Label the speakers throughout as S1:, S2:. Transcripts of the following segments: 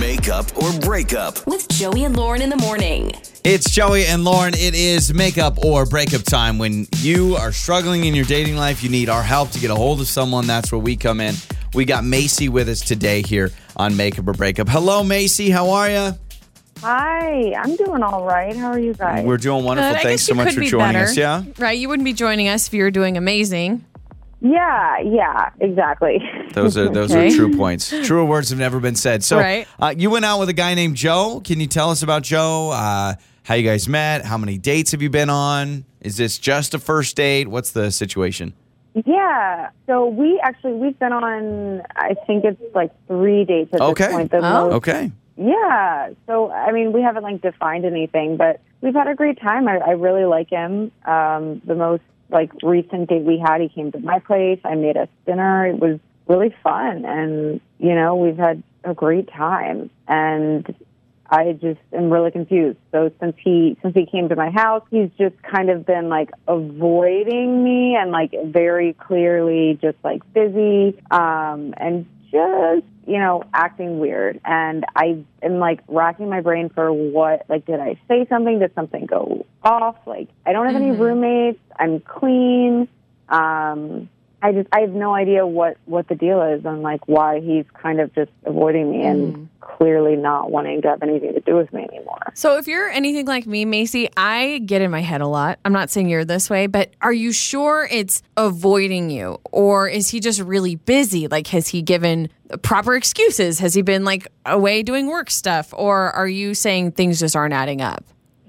S1: Makeup or breakup.
S2: with Joey and Lauren in the morning.
S3: It's Joey and Lauren. It is makeup or breakup time. When you are struggling in your dating life, you need our help to get a hold of someone. That's where we come in. We got Macy with us today here on Makeup or Breakup. Hello, Macy. How are you?
S4: Hi, I'm doing all right. How are you guys?
S3: We're doing wonderful.
S5: Good. I
S3: Thanks
S5: guess
S3: so
S5: you
S3: much
S5: could
S3: for
S5: be
S3: joining
S5: better.
S3: us. Yeah.
S5: Right. You wouldn't be joining us if you were doing amazing.
S4: yeah, yeah, exactly.
S3: Those are those are
S5: Okay.
S3: true points. Truer words have never been said. So
S5: Right.
S3: uh, you went out with a guy named Joe. Can you tell us about Joe? Uh, how you guys met? How many dates have you been on? Is this just a first date? What's the situation?
S4: yeah. So we actually we've been on I think it's like three dates at
S3: Okay.
S4: this point. The
S5: Oh.
S4: most-
S3: Okay.
S4: Yeah. So I mean we haven't like defined anything, but we've had a great time. I, I really like him. Um the most like recent date we had, he came to my place, I made us dinner. It was really fun and you know, we've had a great time and I just am really confused. So since he since he came to my house, he's just kind of been like avoiding me and like very clearly just like busy um and just, you know, acting weird. And I am like racking my brain for what like did I say something? Did something go off? Like I don't have any roommates. I'm clean. Um I just I have no idea what what the deal is and like why he's kind of just avoiding me and clearly not wanting to have anything to do with me anymore.
S5: So if you're anything like me, Macy, I get in my head a lot. I'm not saying you're this way, but are you sure it's avoiding you or is he just really busy? Like has he given proper excuses? Has he been like away doing work stuff or are you saying things just aren't adding up?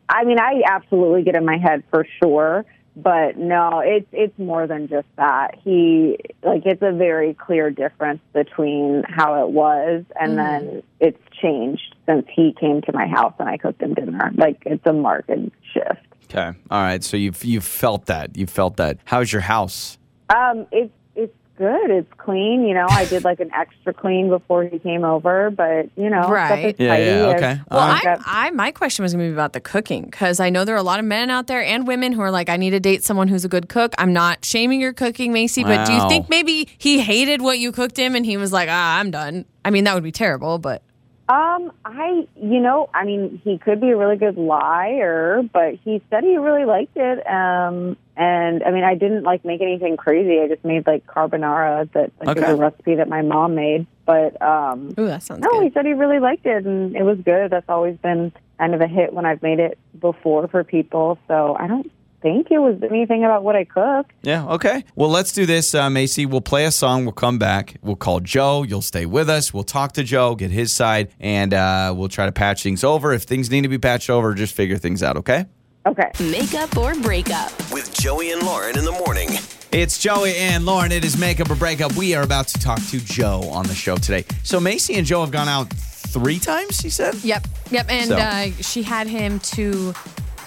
S4: I mean, I absolutely get in my head for sure, but no, it's it's more than just that. He like it's a very clear difference between how it was and then it's changed since he came to my house and I cooked him dinner. Like it's a marked shift.
S3: Okay. All right. So you've you felt that. You felt that. How's your house?
S4: Um, it's it's good. It's clean. You know, I did like an extra clean before he came over, but you know, stuff is
S5: Right.
S3: Yeah,
S4: tidy.
S3: yeah,
S4: I've-
S3: okay. All
S5: Well,
S4: I've
S5: I,
S4: got-
S5: I my question was going to be about the cooking because I know there are a lot of men out there and women who are like, I need to date someone who's a good cook. I'm not shaming your cooking, Macy, but do
S3: Wow.
S5: you think maybe he hated what you cooked him and he was like, ah, I'm done? I mean, that would be terrible, but
S4: Um, I, you know, I mean, he could be a really good liar, but he said he really liked it. Um, and I mean, I didn't like make anything crazy. I just made like carbonara that like,
S3: Okay.
S4: is a recipe that my mom made. But um,
S5: ooh, that sounds
S4: no, he
S5: good.
S4: said he really liked it, and it was good. That's always been kind of a hit when I've made it before for people. So I don't think it was anything about what I cooked.
S3: Yeah. Okay. Well, let's do this, uh, Macy. We'll play a song. We'll come back. We'll call Joe. You'll stay with us. We'll talk to Joe, get his side, and uh, we'll try to patch things over. If things need to be patched over, just figure things out. Okay.
S4: Okay.
S2: Makeup or breakup.
S1: With Joey and Lauren in the morning.
S3: It's Joey and Lauren. It is Makeup or Breakup. We are about to talk to Joe on the show today. So Macy and Joe have gone out three times. He said.
S5: Yep, yep. And
S3: So.
S5: uh, she had him to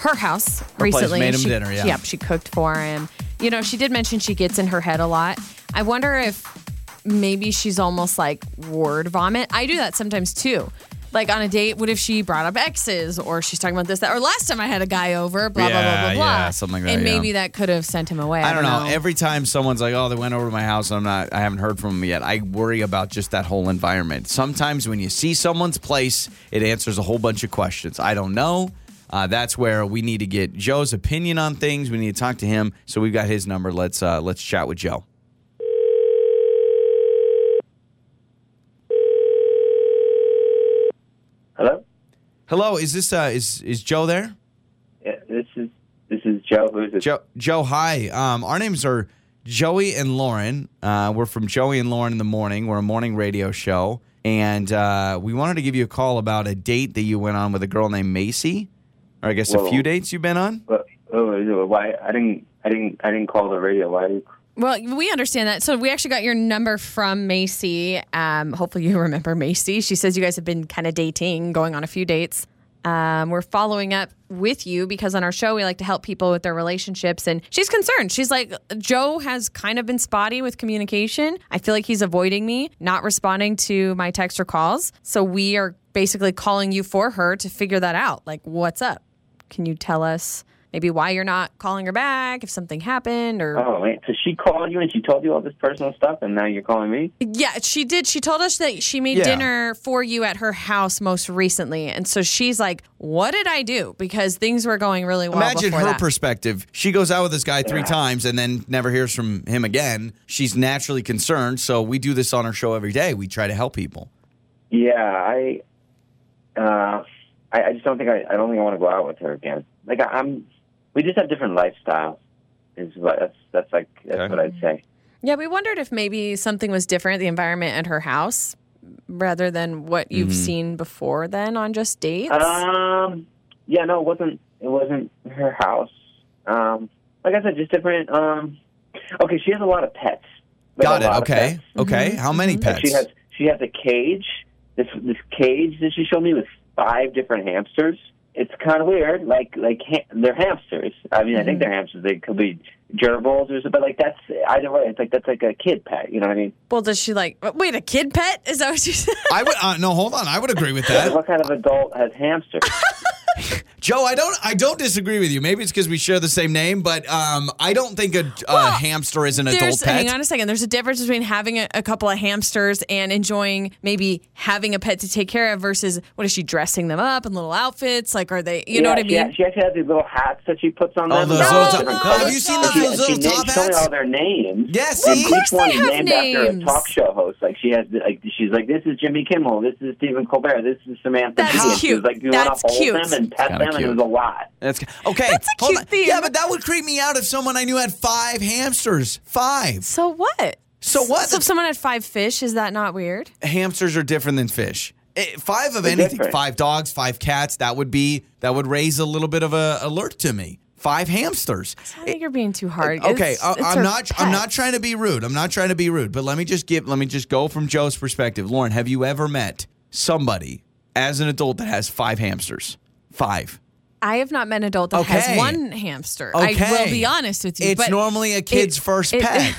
S5: her house
S3: place,
S5: recently.
S3: made
S5: and
S3: him
S5: she,
S3: dinner, yeah.
S5: Yep, she cooked for him. You know, she did mention she gets in her head a lot. I wonder if maybe she's almost like word vomit. I do that sometimes too. Like on a date, what if she brought up exes or she's talking about this, that, or last time I had a guy over, blah, blah,
S3: Yeah,
S5: blah, blah, blah.
S3: yeah, something like that,
S5: And
S3: yeah.
S5: maybe that could have sent him away.
S3: I don't know. Every time someone's like, "Oh, they went over to my house," and I'm not, I haven't heard from them yet. I worry about just that whole environment. Sometimes when you see someone's place, it answers a whole bunch of questions. I don't know. Uh, that's where we need to get Joe's opinion on things. We need to talk to him. So we've got his number. Let's uh, let's chat with Joe.
S6: Hello.
S3: Hello, is this uh, is is Joe there?
S6: Yeah, this is this is Joe. Who's it?
S3: Joe, Joe, hi. Um, our names are Joey and Lauren. Uh, we're from Joey and Lauren in the morning. We're a morning radio show, and uh, we wanted to give you a call about a date that you went on with a girl named Macy, or I guess a
S6: Whoa.
S3: few dates you've been on.
S6: What- Oh, is it- why? I didn't. I didn't. I didn't call the radio. Why?
S5: Well, we understand that. So we actually got your number from Macy. Um, hopefully, you remember Macy. She says you guys have been kind of dating, going on a few dates. Um, we're following up with you because on our show we like to help people with their relationships, and she's concerned. She's like, Joe has kind of been spotty with communication. I feel like he's avoiding me, not responding to my text or calls. So we are basically calling you for her to figure that out. Like, what's up? Can you tell us maybe why you're not calling her back, if something happened, or
S6: Oh wait, so she called you and she told you all this personal stuff, and now you're calling me?
S5: Yeah, she did. She told us that she made
S3: Yeah.
S5: dinner for you at her house most recently. And so she's like, What did I do? Because things were going really well.
S3: Imagine
S5: before
S3: her
S5: that.
S3: perspective. She goes out with this guy three times and then never hears from him again. She's naturally concerned. So we do this on our show every day. We try to help people.
S6: Yeah, I, uh, I, I just don't think I, I don't think I want to go out with her again. Like I, I'm, we just have different lifestyles. Is what that's that's like that's
S3: Okay.
S6: what I'd say.
S5: yeah, we wondered if maybe something was different, the environment at her house, rather than what
S3: Mm-hmm.
S5: you've seen before then on just dates.
S6: Um, yeah, no, it wasn't. It wasn't her house. Um, like I said, just different. Um, okay, she has a lot of pets. Like,
S3: Got
S6: a
S3: it.
S6: lot of
S3: Okay.
S6: pets.
S3: Okay.
S5: Mm-hmm.
S3: How many pets?
S6: She has she has a cage. This this cage that she showed me with five different hamsters. It's kind of weird. Like like ha- they're hamsters. I mean, I think they're hamsters. They could be gerbils or something. But like that's either way. It's like that's like a kid pet. You know what I mean?
S5: well, does she like, wait, a kid pet? Is that what she said?
S3: I would uh, no. Hold on. I would agree with
S6: Like,
S3: that,
S6: what kind of adult has hamsters?
S3: Joe. I don't. I don't disagree with you. Maybe it's because we share the same name, but um, I don't think a, a hamster is an adult
S5: There's,
S3: pet.
S5: hang on a second. There's a difference between having a, a couple of hamsters and enjoying maybe having a pet to take care of versus what is she dressing them up in little outfits? Like, are they, you know
S6: Yeah,
S5: what I
S6: she
S5: mean?
S6: ha- She, actually has these little hats that she puts on
S3: Oh,
S6: them.
S3: those
S6: They're
S5: little
S6: all
S5: top-
S6: different
S5: No,
S6: colors.
S5: have you seen those
S6: And she-
S5: little
S6: and she
S3: top
S6: named- She told me
S3: hats?
S6: all their names.
S3: Yes,
S6: and
S3: see? Of
S5: course
S6: each one
S5: they
S6: is
S5: have
S6: named after
S5: names.
S6: a talk show host. Like she has, like she's like, this is Jimmy Kimmel, this is Stephen Colbert, this is Samantha.
S5: That's
S6: Bee." And she
S5: cute.
S6: was like, you
S5: That's
S6: want to
S5: cute.
S6: hold them and pet
S3: Kinda
S6: them,
S3: cute.
S6: and it was a lot.
S3: That's okay. That's
S5: a cute theme.
S3: Yeah, but that would creep me out if someone I knew had five hamsters. Five.
S5: So what?
S3: So what?
S5: So if someone had five fish, is that not weird?
S3: hamsters are different than fish. Eh, Five of anything,
S6: different.
S3: five dogs, five cats. That would be that would raise a little bit of a alert to me. Five hamsters.
S5: I think you're being too hard.
S3: Okay,
S5: It's-
S3: I,
S5: it's
S3: I'm
S5: her
S3: not. I'm not
S5: pet.
S3: trying to be rude. I'm not trying to be rude. But let me just give. Let me just go from Joe's perspective. Lauren, have you ever met somebody as an adult that has five hamsters? Five.
S5: I have not met an adult that
S3: Okay.
S5: has one hamster. I
S3: Okay.
S5: will be honest with you.
S3: It's
S5: but
S3: normally a kid's
S5: it-
S3: first
S5: it-
S3: pet.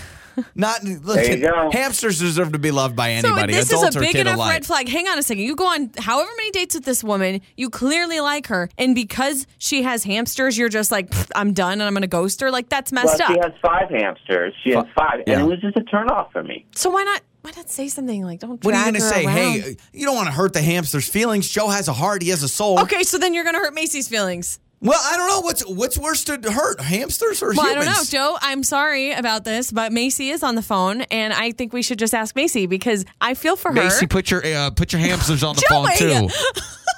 S3: Not look,
S6: There you go.
S3: hamsters deserve to be loved by
S5: So
S3: anybody,
S5: this
S3: adults
S5: is a
S3: or
S5: big
S3: kid
S5: enough
S3: alike.
S5: red flag. Hang on a second. You go on however many dates with this woman. You clearly like her, and because she has hamsters, you're just like, "Pfft, I'm done, and I'm gonna ghost her. Like that's
S6: Well,
S5: messed
S6: she
S5: up.
S6: has five hamsters. She has
S3: Fi-
S6: five,
S3: yeah.
S6: and it was just a turnoff for me.
S5: so why not? Why not say something like, don't
S3: What are
S5: drag
S3: you going to
S5: her
S3: say?
S5: around.
S3: Hey, you don't want to hurt the hamster's feelings. Joe has a heart. He has a soul.
S5: Okay, so then you're gonna hurt Macy's feelings.
S3: Well, I don't know what's what's worse to hurt, hamsters or
S5: Well,
S3: humans.
S5: I don't know, Joe. I'm sorry about this, but Macy is on the phone, and I think we should just ask Macy because I feel for her.
S3: put your uh, put your hamsters on the
S5: Joey!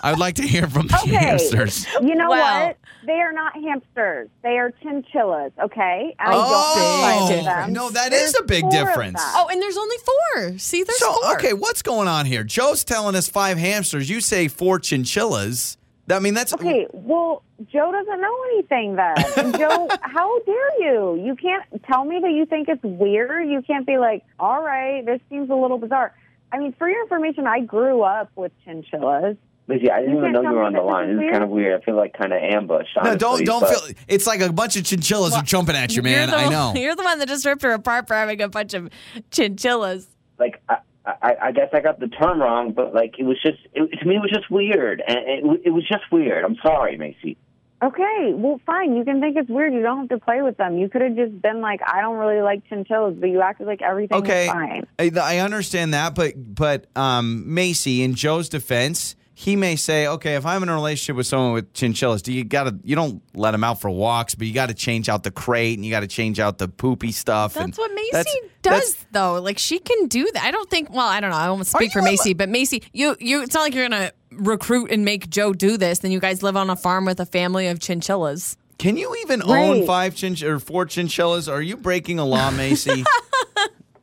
S3: I would like to hear from the
S4: Okay. You know
S5: Wow.
S4: what? They are not hamsters. They are chinchillas. Okay. I
S3: Oh,
S4: don't like them.
S3: no, that
S4: that
S3: is
S4: is
S3: a big difference.
S5: oh, and there's only four. See, there's
S3: So
S5: four.
S3: okay, what's going on here? Joe's telling us five hamsters. You say four chinchillas. I mean, that's
S4: Okay, well, Joe doesn't know anything then. And Joe, how dare you? You can't tell me that you think it's weird. You can't be like, all right, this seems a little bizarre. I mean, for your information, I grew up with chinchillas.
S6: Lizzie, I didn't
S4: You
S6: even
S4: can't
S6: know
S4: tell
S6: you were
S4: me
S6: on the
S4: this
S6: line.
S4: is
S6: This is kind of weird. I feel like kind of ambushed.
S3: no.
S6: Honestly,
S3: Don't don't
S6: but-
S3: feel. It's like a bunch of chinchillas are jumping at you, man.
S5: You're the
S3: I know.
S5: One, you're the one that just ripped her apart for having a bunch of chinchillas.
S6: like I, I, I guess I got the term wrong, but like it was just it, to me it was just weird, and it, it was just weird. I'm sorry, Macy.
S4: Okay, well, fine. You can think it's weird. You don't have to play with them. You could have just been like, I don't really like chinchillas, but you acted like everything
S3: okay,
S4: was fine.
S3: I, I understand that, but but um, Macy, in Joe's defense, he may say, okay, if I'm in a relationship with someone with chinchillas, do you gotta you don't let them out for walks, but you got to change out the crate and you got to change out the poopy stuff. and
S5: That's what Macy
S3: that's-
S5: does,
S3: that's-
S5: though. Like she can do that. I don't think. Well, I don't know. I won't
S3: you
S5: speak for
S3: a-
S5: Macy, but Macy, you you. It's not like you're gonna recruit and make Joe do this. Then you guys live on a farm with a family of chinchillas.
S3: can you even own
S4: Right.
S3: five chinch or four chinchillas? Are you breaking a law, Macy?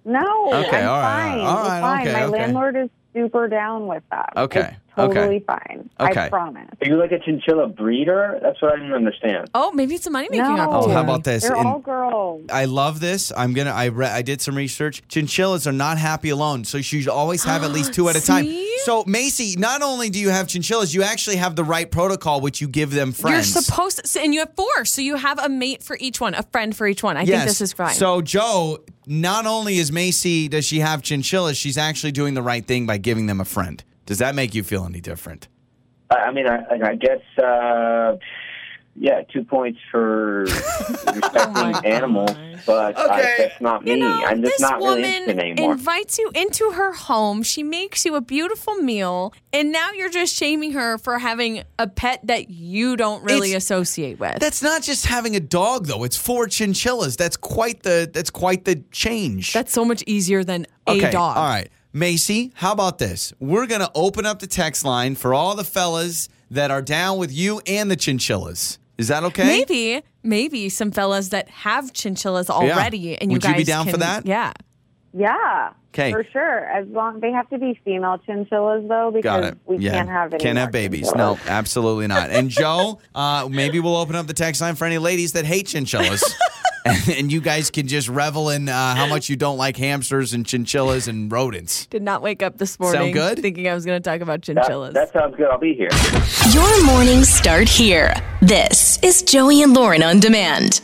S4: No,
S3: Okay,
S4: I'm
S3: all right,
S4: fine.
S3: all
S4: It's
S3: right,
S4: fine.
S3: okay,
S4: My
S3: okay.
S4: landlord is super down with that.
S3: Okay,
S4: It's totally
S3: okay.
S4: fine.
S3: Okay.
S4: I promise.
S6: Are you like a chinchilla breeder? That's what I didn't understand.
S5: Oh, maybe it's a money making
S4: No.
S5: opportunity.
S3: oh, how about this?
S4: They're
S3: In-
S4: all girls.
S3: I love this. I'm gonna. I re- I did some research. Chinchillas are not happy alone, so you should always have at least two at a time.
S5: See?
S3: So Macy, not only do you have chinchillas, you actually have the right protocol, which you give them friends.
S5: You're supposed to, and you have four, so you have a mate for each one, a friend for each one. I think this is fine.
S3: So Joe, not only is Macy does she have chinchillas, she's actually doing the right thing by giving them a friend. Does that make you feel any different?
S6: I, I mean, I, I guess uh, yeah, two points for respecting animals, but I, that's not me.
S5: You know,
S6: I'm
S5: this
S6: just not really
S5: woman
S6: into it anymore.
S5: invites you into her home. She makes you a beautiful meal, and now you're just shaming her for having a pet that you don't really
S3: It's-
S5: associate with.
S3: That's not just having a dog though. It's four chinchillas. That's quite the that's quite the change.
S5: That's so much easier than a
S3: okay.
S5: dog.
S3: All right. Macy, how about this? We're going to open up the text line for all the fellas that are down with you and the chinchillas. Is that okay?
S5: Maybe, maybe some fellas that have chinchillas already, and you
S3: Would you
S5: guys
S3: be down for
S5: can-
S3: that?
S5: Yeah.
S4: Yeah.
S3: 'Kay.
S4: For sure. As long they have to be female chinchillas though, because
S3: Got it.
S4: we
S3: yeah.
S4: can't have any
S3: Can't
S4: more
S3: have babies. No,
S4: chinchillas.
S3: absolutely not. And Joe, uh, maybe we'll open up the text line for any ladies that hate chinchillas. and, and you guys can just revel in uh, how much you don't like hamsters and chinchillas and rodents.
S5: Did not wake up this morning
S3: good?
S5: thinking I was going to talk about
S6: that,
S5: chinchillas.
S6: that sounds good. I'll be here.
S2: Your mornings start here. This is Joey and Lauren on demand.